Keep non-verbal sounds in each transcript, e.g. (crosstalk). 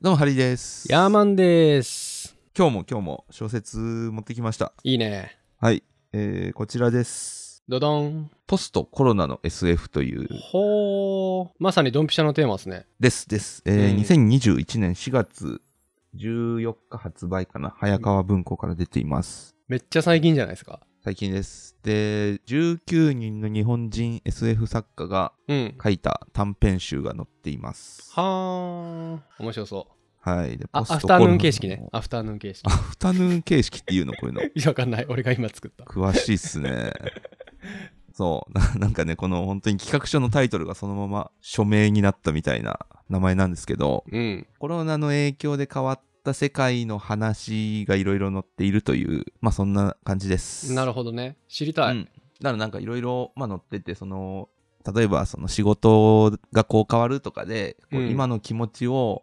どうもハリーですヤーマンです。今日も今日も小説持ってきましたいいね。はい、えー、こちらですドドン。ポストコロナの SF というほー。まさにドンピシャのテーマですね。ですです、えーうん2021年4月14日発売かな早川文庫から出ていますめっちゃ最近じゃないですか。最近ですで19人の日本人 SF 作家がうん。書いた短編集が載っていますはー。面白そう。はいであ、アポスフトタコーロナのヌーン形式ね。アフターヌーン形式 (laughs) ア。フタヌーン形式っていうのこういうのいやわかんない。俺が今作った。詳しいっす (laughs) ねそう (laughs) ななんかねこの本当に企画書のタイトルがそのまま署名になったみたいな名前なんですけどうん。コロナの影響で変わった世界の話がいろいろ載っているというまあそんな感じですなるるほどね。知りたい。うん、だからなんかいろいろまあ載っててその例えばその仕事がこう変わるとかで、こううん今の気持ちを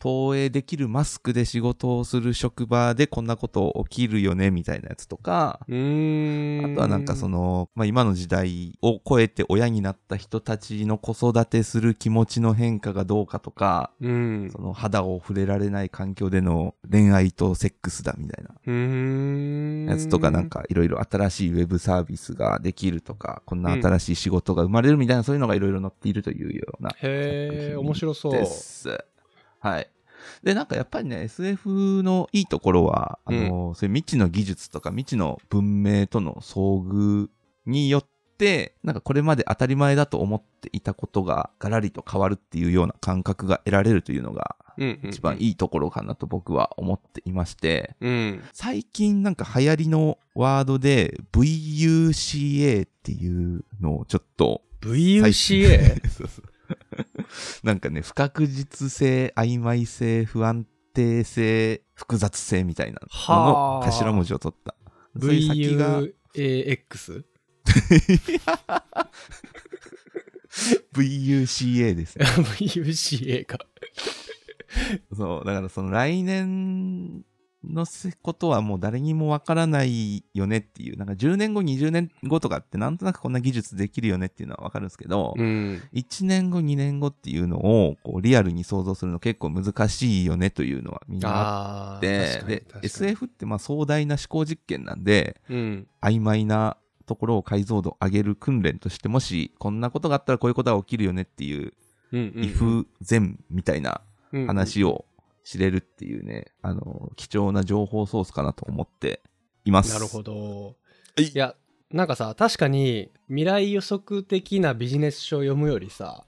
投影できるマスクで仕事をする職場でこんなこと起きるよねみたいなやつとか、うーん。あとはなんかその。の、まあ、今の時代を超えて親になった人たちの子育てする気持ちの変化がどうかとか、うん。その肌を触れられない環境での恋愛とセックスだみたいなうーん。やつとかなん。かいろいろ新しいウェブサービスができるとか、こんな新しい仕事が生まれるみたいな、そういうのがいろいろ載っているというようなへー、面白そう。です。はい。で、なんかやっぱりね、SF のいいところは、あの、そういう未知の技術とか未知の文明との遭遇によって、なんかこれまで当たり前だと思っていたことがガラリと変わるっていうような感覚が得られるというのが、うんうんうん。一番い。いいところかなと僕は思っていまして、うん。最近なんか流行りのワードで VUCA っていうのをちょっと VUCA? (laughs) そうそうなんかね、不確実性、曖昧性、不安定性、複雑性みたいなののはあ頭文字を取った。そういう先が VUAX? VUCA です (laughs) ね。 (laughs) VUCA か。そう、だからその来年のせことはもう誰にもわからないよねっていう、なんか10年後、20年後とかってなんとなくこんな技術できるよねっていうのはわかるんですけど、うん。 1年後、2年後っていうのをこうリアルに想像するの結構難しいよねというのはみんなああ。で確かにで確かに SF ってまあ壮大な思考実験なんでうん。曖昧なところを解像度上げる訓練としてもしこんなことがあったらこういうことが起きるよねっていううん「うん if 前」みたいなうん話を知れるっていうね、あの貴重な情報ソースかなと思っています。なるほど。はいいや、なんかさ、確かに未来予測的なビジネス書を読むよりさ、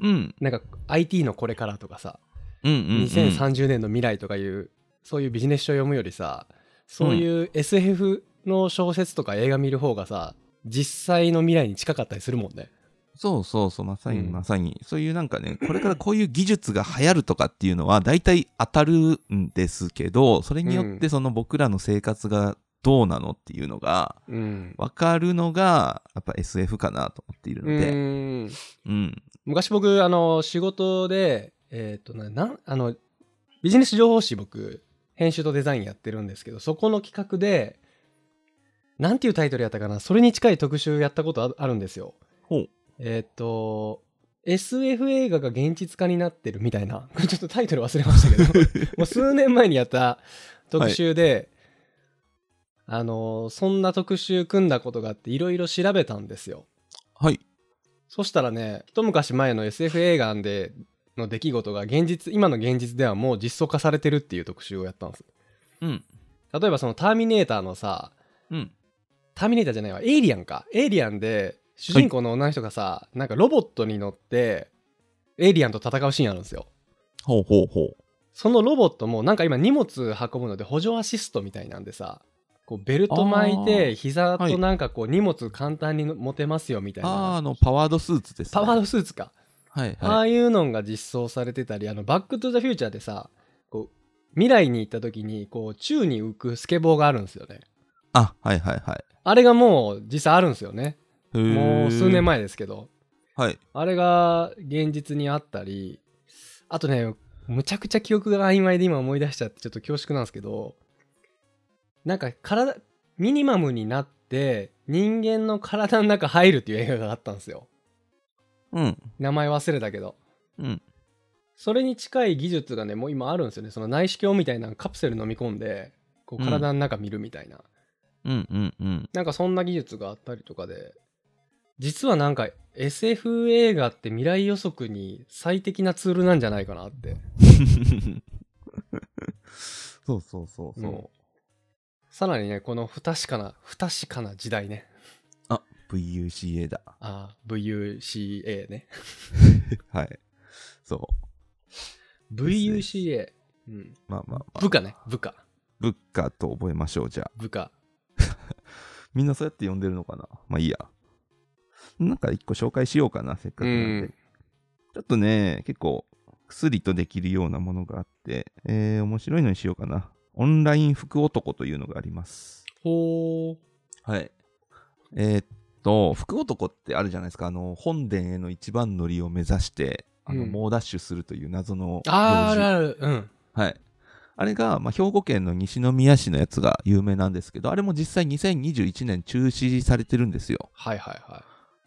うん、なんか IT のこれからとかさ、うんうん、うん。 2030年の未来とかいう、そういうビジネス書を読むよりさ、そういうう SF の小説とか映画見る方がさ、実際の未来に近かったりするもんね。そうそうそう、まさにうんまさに。そういうなんかね、これからこういう技術が流行るとかっていうのは大体当たるんですけど、それによっうてその僕らの生活がどうなのっていうのがうん。分かるのが、やっぱ SF かなと思っているのうで、んうん。 (laughs) 昔僕あの仕事でえっ、とななんあのビジネス情報誌僕編集とデザインやってるんですけどそこの企画でなんていうタイトルやったかなそれに近い特集やったことああるんですよほう。えっ、と SF 映画が現実化になってるみたいな (laughs) ちょっとタイトル忘れ (laughs) ましたけどもう数年前にやった特集で、あのそんな特集組んだことがあっていろいろ調べたんですよはい。そしたらね、一昔前の SF 映画での出来事が現実、今の現実ではもう実装化されてるっていう特集をやったんです。うん。例えばそのターミネーターのさ、うん。ターミネーターじゃないわ、エイリアンか。エイリアンで主人公の女の人がさ、なんかロボットに乗って、エイリアンと戦うシーンあるんですよ。ほうほうほう。そのロボットもなんか今荷物運ぶので補助アシストみたいなんでさ、こうベルト巻いあて膝はいとなんかこう荷物簡単に持てますよみたいな。あーあの、パワードスーツです、ね。パワードドスーツか。はいあはい。あいうのが実装されてたりあのバック・トゥ・ザ・フューチャーでさこう未来に行った時にこう宙に浮くスケボーがあるんですよねあ、はいはいはい。あれがもう実際あるんですよねへーもう数年。前ですけどはい。あれが現実にあったりあとねむちゃくちゃ記憶が曖昧で今思い出しちゃってちょっと恐縮なんですけどなんか体ミニマムになって人間の体の中入るっていう映画があったんですようん。名前忘れたけどうん。それに近い技術がねもう今あるんですよねその内視鏡みたいなカプセル飲み込んでこううん体の中見るみたいな、うんうんうん。 (laughs) なんかそんな技術があったりとかで実はなんか SF 映画って未来予測に最適なツールなんじゃないかなってそうそうそうそう。もうさらにねこの不確かな不確かな時代ねあ、VUCA だ。 (laughs) あー VUCA ねはい。そ VUCA、うん、う。まあまあまあ。部下ね部下物価と覚えましょう、じゃあ。部下みんなそうやって呼んでるのかなまあいいや。なんか一個紹介しようかな、せっかくなんで。うんちょっとね、結構、薬とできるようなものがあって、えー、面白いのにしようかな。オンライン服男というのがあります。ほうはい。えーっと、服男ってあるじゃないですか。あの、本殿への一番乗りを目指して、あの、うん猛ダッシュするという謎の行事。あーあるあるうんはい。あれが、まあ、兵庫県の西宮市のやつが有名なんですけど、あれも実際2021年中止されてるんですよ。はいはいはい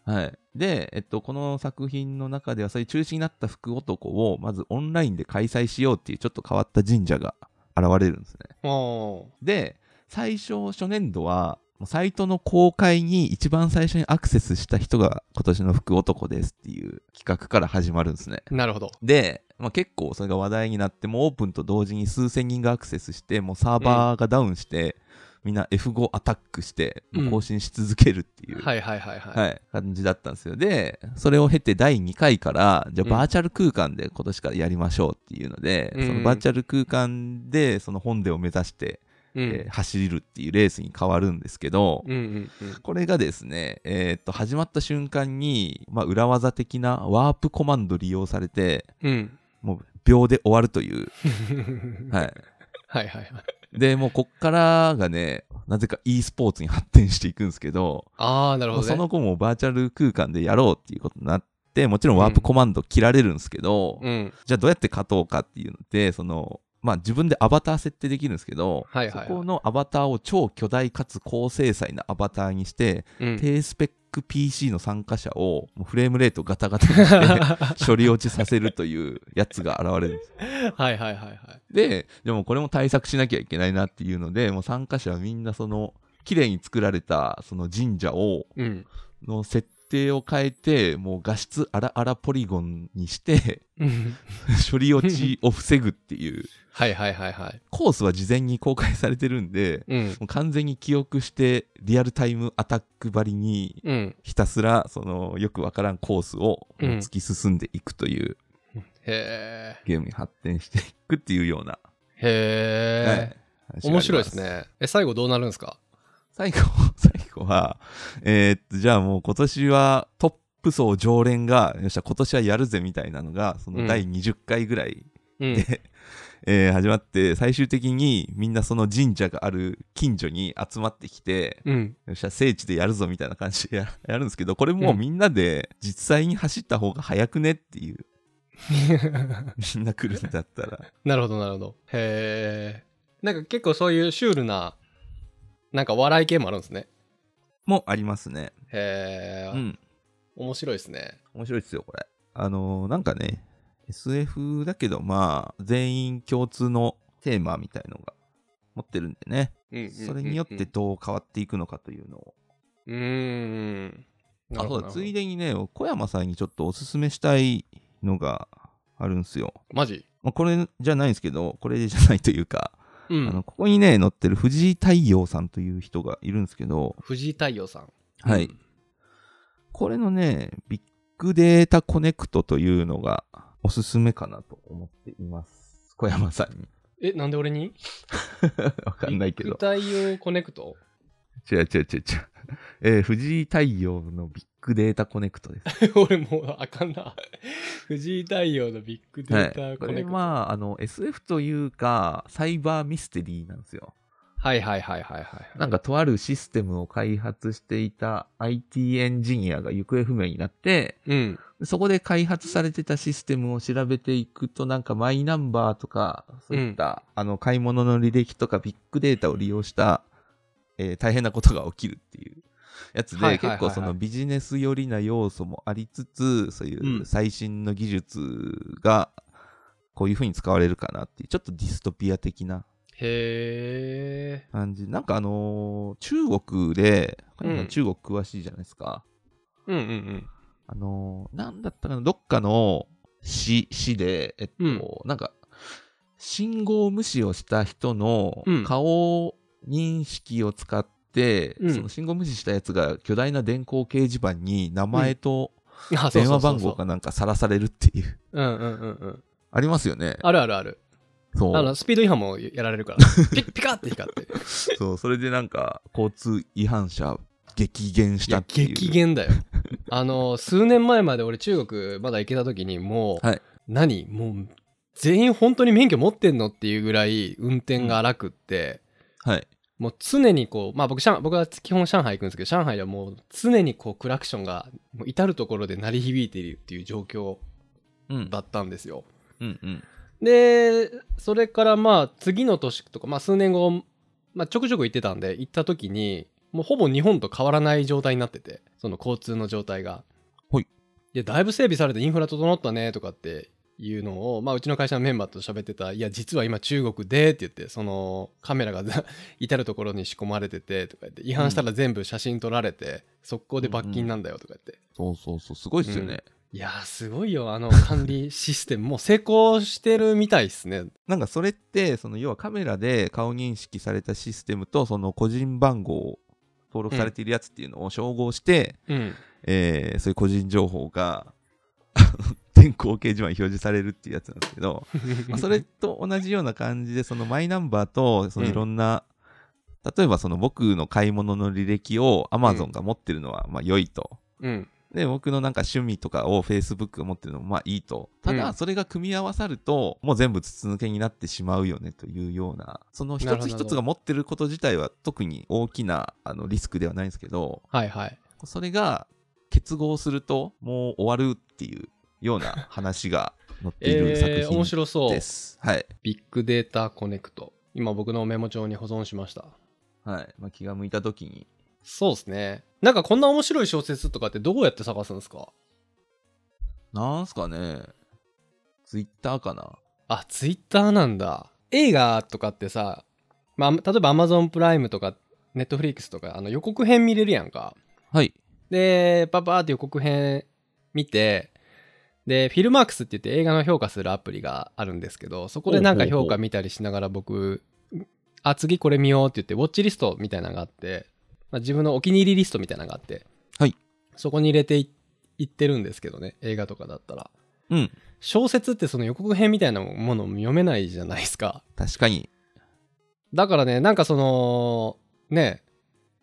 はい。で、えっと、この作品の中では、そういう中止になった福男を、まずオンラインで開催しようっていう、ちょっと変わった神社が現れるんですね。おで、最初、初年度は、もうサイトの公開に一番最初にアクセスした人が今年の福男ですっていう企画から始まるんですね。ーなるほどで、まあ、結構それが話題になって、もうオープンと同時に数千人がアクセスして、もうサーバーがダウンして、みんな F5 アタックして、もう更新し続けるっていう。はいはいはいはい、はい、感じだったんですよ。で、それを経て第2回から、じゃうんあバーチャル空間で今年からやりましょうっていうので、うんそのバーチャル空間でその本殿を目指して、うん、えー走るっていうレースに変わるんですけど、うんうんうんこれがですね、えーっと、始まった瞬間に、まあ、裏技的なワープコマンド利用されて、うん。もう秒で終わるという、 (laughs) ははいい。はいはい。で、もうこっからがね、なぜか e スポーツに発展していくんですけど、ああ、なるほど、ね。その後もバーチャル空間でやろうっていうことになってもちろんワープコマンド切られるんですけど、うん。じゃあどうやって勝とうかっていうのでそのまあ自分でアバター設定できるんですけど、はいはいはいそこのアバターを超巨大かつ高精細なアバターにして、 (laughs) うん。低スペック PC の参加者をもうフレームレートガタガタに (laughs) して処理落ちさせるというやつが現れるんですはいはいはいはい。ででもこれも対策しなきゃいけないなっていうのでもう参加者はみんなその綺麗に作られたその神社をうん。 (laughs) の設定を変えて、もう画質あらあらポリゴンにして、 (laughs) 処理落ちを防ぐっていう、はいはいはいはい。コースは事前に公開されてるんで、うん。もう完全に記憶して、リアルタイムアタックばりに、うん。ひたすら、その、よくわからんコースをうん突き進んでいくというへゲームに発展していくっていうような。え。へえ。はい面白いです。ね。え、最後どうなるんですか最後、最後は、えーっと、じゃあもう今年はトップ層常連が、よっしゃ、今年はやるぜみたいなのが、そうんの第20回ぐらい、うん。えー始まって、最終的にみんなその神社がある近所に集まってきて、うん。よっしゃ、聖地でやるぞみたいな感じでや (laughs) やるんですけど、これもうみんなで実際に走った方が早くねっていう、みんな来るんだったら。なるほどなるほど。へえ。なんか結構そういうシュールな、なんか笑い系もあるんですね。もありますね。へえ、うん。面白いですね。面白いですよ、これ。あのーなんかね、SF だけど、まあ、全員共通のテーマみたいのが持ってるんでね、うんうんうんうんそれによってどう変わっていくのかというのを。うーん。なあ、そるほうどだ、なるほどついでにね、小山さんにちょっとおすすめしたいのがあるんすよ。マジまあ、これじゃないんですけど、これじゃないというか、うあのん。ここにね、載ってる藤井太陽さんという人がいるんですけど、藤井太陽さん。はい。うん。これのね、ビッグデータコネクトというのがおすすめかなと思っています。小山さんに。え、なんで俺にわかんないけど。肉体をコネクト (laughs) 違う違う違う違う。えー藤井太陽のビッグデータコネクトです。俺もうあかんな。 (laughs) 藤井太陽のビッグデはーい。タこコれネクト。はまあ、あの、SF というか、サイバーミステリーなんですよ。いはいはいはいはい。なんか、とあるシステムを開発していた IT エンジニアが行方不明になって、うん。そこで開発されてたシステムを調べていくと、なんかマイナンバーとか、そういった、あの、買い物の履歴とかビッグデータを利用した、えー大変なことが起きるっていうやつはいで、はいはいはい結構そのビジネス寄りな要素もありつつ、そういううん最新の技術が、こういう風に使われるかなっていう、ちょっとディストピア的なへえ。感じ。なんかあのー中国で、うん中国詳しいじゃないですか。うんうんあのーなんだったかな、どっかの市、市で、えっと、うんなんか、信号無視をした人のうん顔認識を使って、うんその信号無視したやつが巨大な電光掲示板に名前とうん。あ、そうそうそうそう電話番号か。なんかさらされるっていう。うんうんうんうん。ありますよね。あるあるある。そあうの、スピード違反もやられ (laughs) るから。ピッピカって光って。そう。それでなんか、交通違反者激減しいたやっていう。激減だよあの数年前まで俺中国まだ行けた時にもう、はい何もう全員本当に免許持ってんのっていうぐらい運転が荒くって、はい。もう常にこうまあ僕上僕は基本上海行くんですけど上海ではもう常にこうクラクションがもう至る所で鳴り響いているっていう状況うん。だったんですようんうん。でそれからまあ次の年とか、まあ、数年後、まあ、ちょくちょく行ってたんで行った時にもうほぼ日本と変わらない状態になっててその交通の状態が。ほいやだいぶ整備されてインフラ整ったねとかっていうのを、まあ、うちの会社のメンバーと喋ってた「いや実は今中国で」って言ってそのカメラが (laughs) 至る所に仕込まれててとか言って違反したら全部写真撮られて速攻で罰金なんだよとか言って。そうそうそう。すごいですよね。いやーすごいよあの管理システムもう成功してるみたいですねなんかそれって、その要はカメラで顔認識されたシステムと、その個人番号を登録されているやつっていうのを照合して、うんえーそういう個人情報が、あの電光掲示板に表示されるっていうやつなんですけ (laughs) ど、まあそれと同じような感じで、そのマイナンバーと、そのうんいろんな、例えばその僕の買い物の履歴を Amazon が持ってるのは、まあ良いと。 (laughs) うん。で、僕のなんか趣味とかを Facebook が持ってるのもまあいいと。たうだ、んそれが組み合わさると、もう全部筒抜けになってしまうよねというような、そのな一るほつど一つが持ってること自体は特に大きなあのリスクではないんですけど、はいはい。それが結合するともう終わるっていうような話が載っている作 (laughs) えー、面品白そうで。す。はい。ビッグデータコネクト。今僕のメモ帳に保存しました。はい。まあ、気が向いた時に。そうですね。なんかこんな面白い小説とかってどうやって探すんですかなんすかね。Twitter かな。あ、ツイッターなんだ。映画とかってさ、まあ、例えば Amazon プライムとか Netflix とかあの予告編見れるやんか。はい。で、パパーって予告編見て、で、フィルマークスって言って映画の評価するアプリがあるんですけど、そこでなんかほうほうほう評価見たりしながら僕、あ、次これ見ようって言って、ウォッチリストみたいなのがあって、まあ、自分のお気に入りリストみたいなのがあって、はいそこに入れていいってるんですけどね、映画とかだったら。うん。小説ってその予告編みたいなものも読めないじゃないですか。確かに。だからね、なんかその、ね、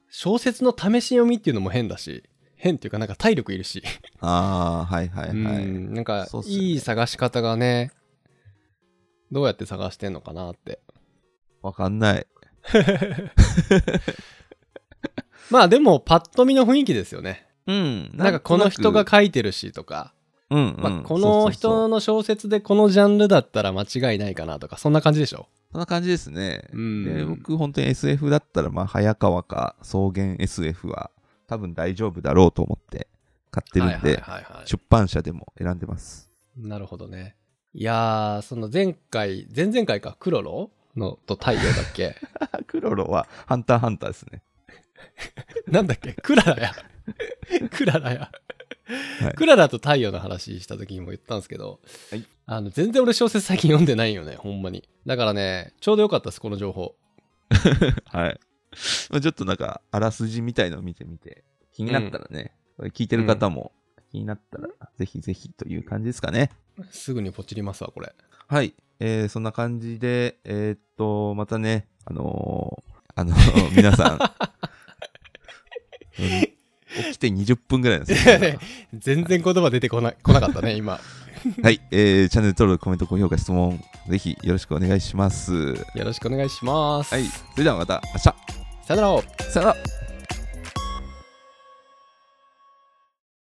小説の試し読みっていうのも変だし、変っていうかなんか体力いるし。ああ、はいはいはい。うん、なんかそうっすよねいい探し方がねどうやって探してんのかなってわかんない。まあでもパッと見の雰囲気ですよねうん。なんかこの人がなんと書いてるしとか、なく、うんうんまあ、こそうそのうそ人うの小説でこのジャンルだったら間違いないかなとかそんな感じでしょそんな感じですね。うんで僕、本当に SF だったら、まあ、早川か草原 SF は多分大丈夫だろうと思って買ってるんで、はいはいはいはい出版社でも選んで (laughs) ます。なるほどねいやーその前回前々回かクロロのと太陽だっけクロロはハンターハンターですね。なんだっけクララや (laughs) クララやはいクララと太陽の話した時にも言ったんですけど、はいあの全然俺小説最近読んでないよねほんまにだからねちょうどよかったですこの情報はい。まあちょっとなんか、あらすじみたいのを見てみて、気になったらね、これ聞いてる方も気になったら、ぜひぜひという感じですかね。すぐにポチりますわこれはい、えーそんな感じで、えーっと、またね、あのーあ (laughs) のー皆さん、うん起きて20分ぐらいなんですけど、全然言葉出てこな来なかったね今はい、えーチャンネル登録、コメント、高評価、質問、ぜひよろしくお願いします。はよろしくお願いします、い、それではまた明日さよならさよなら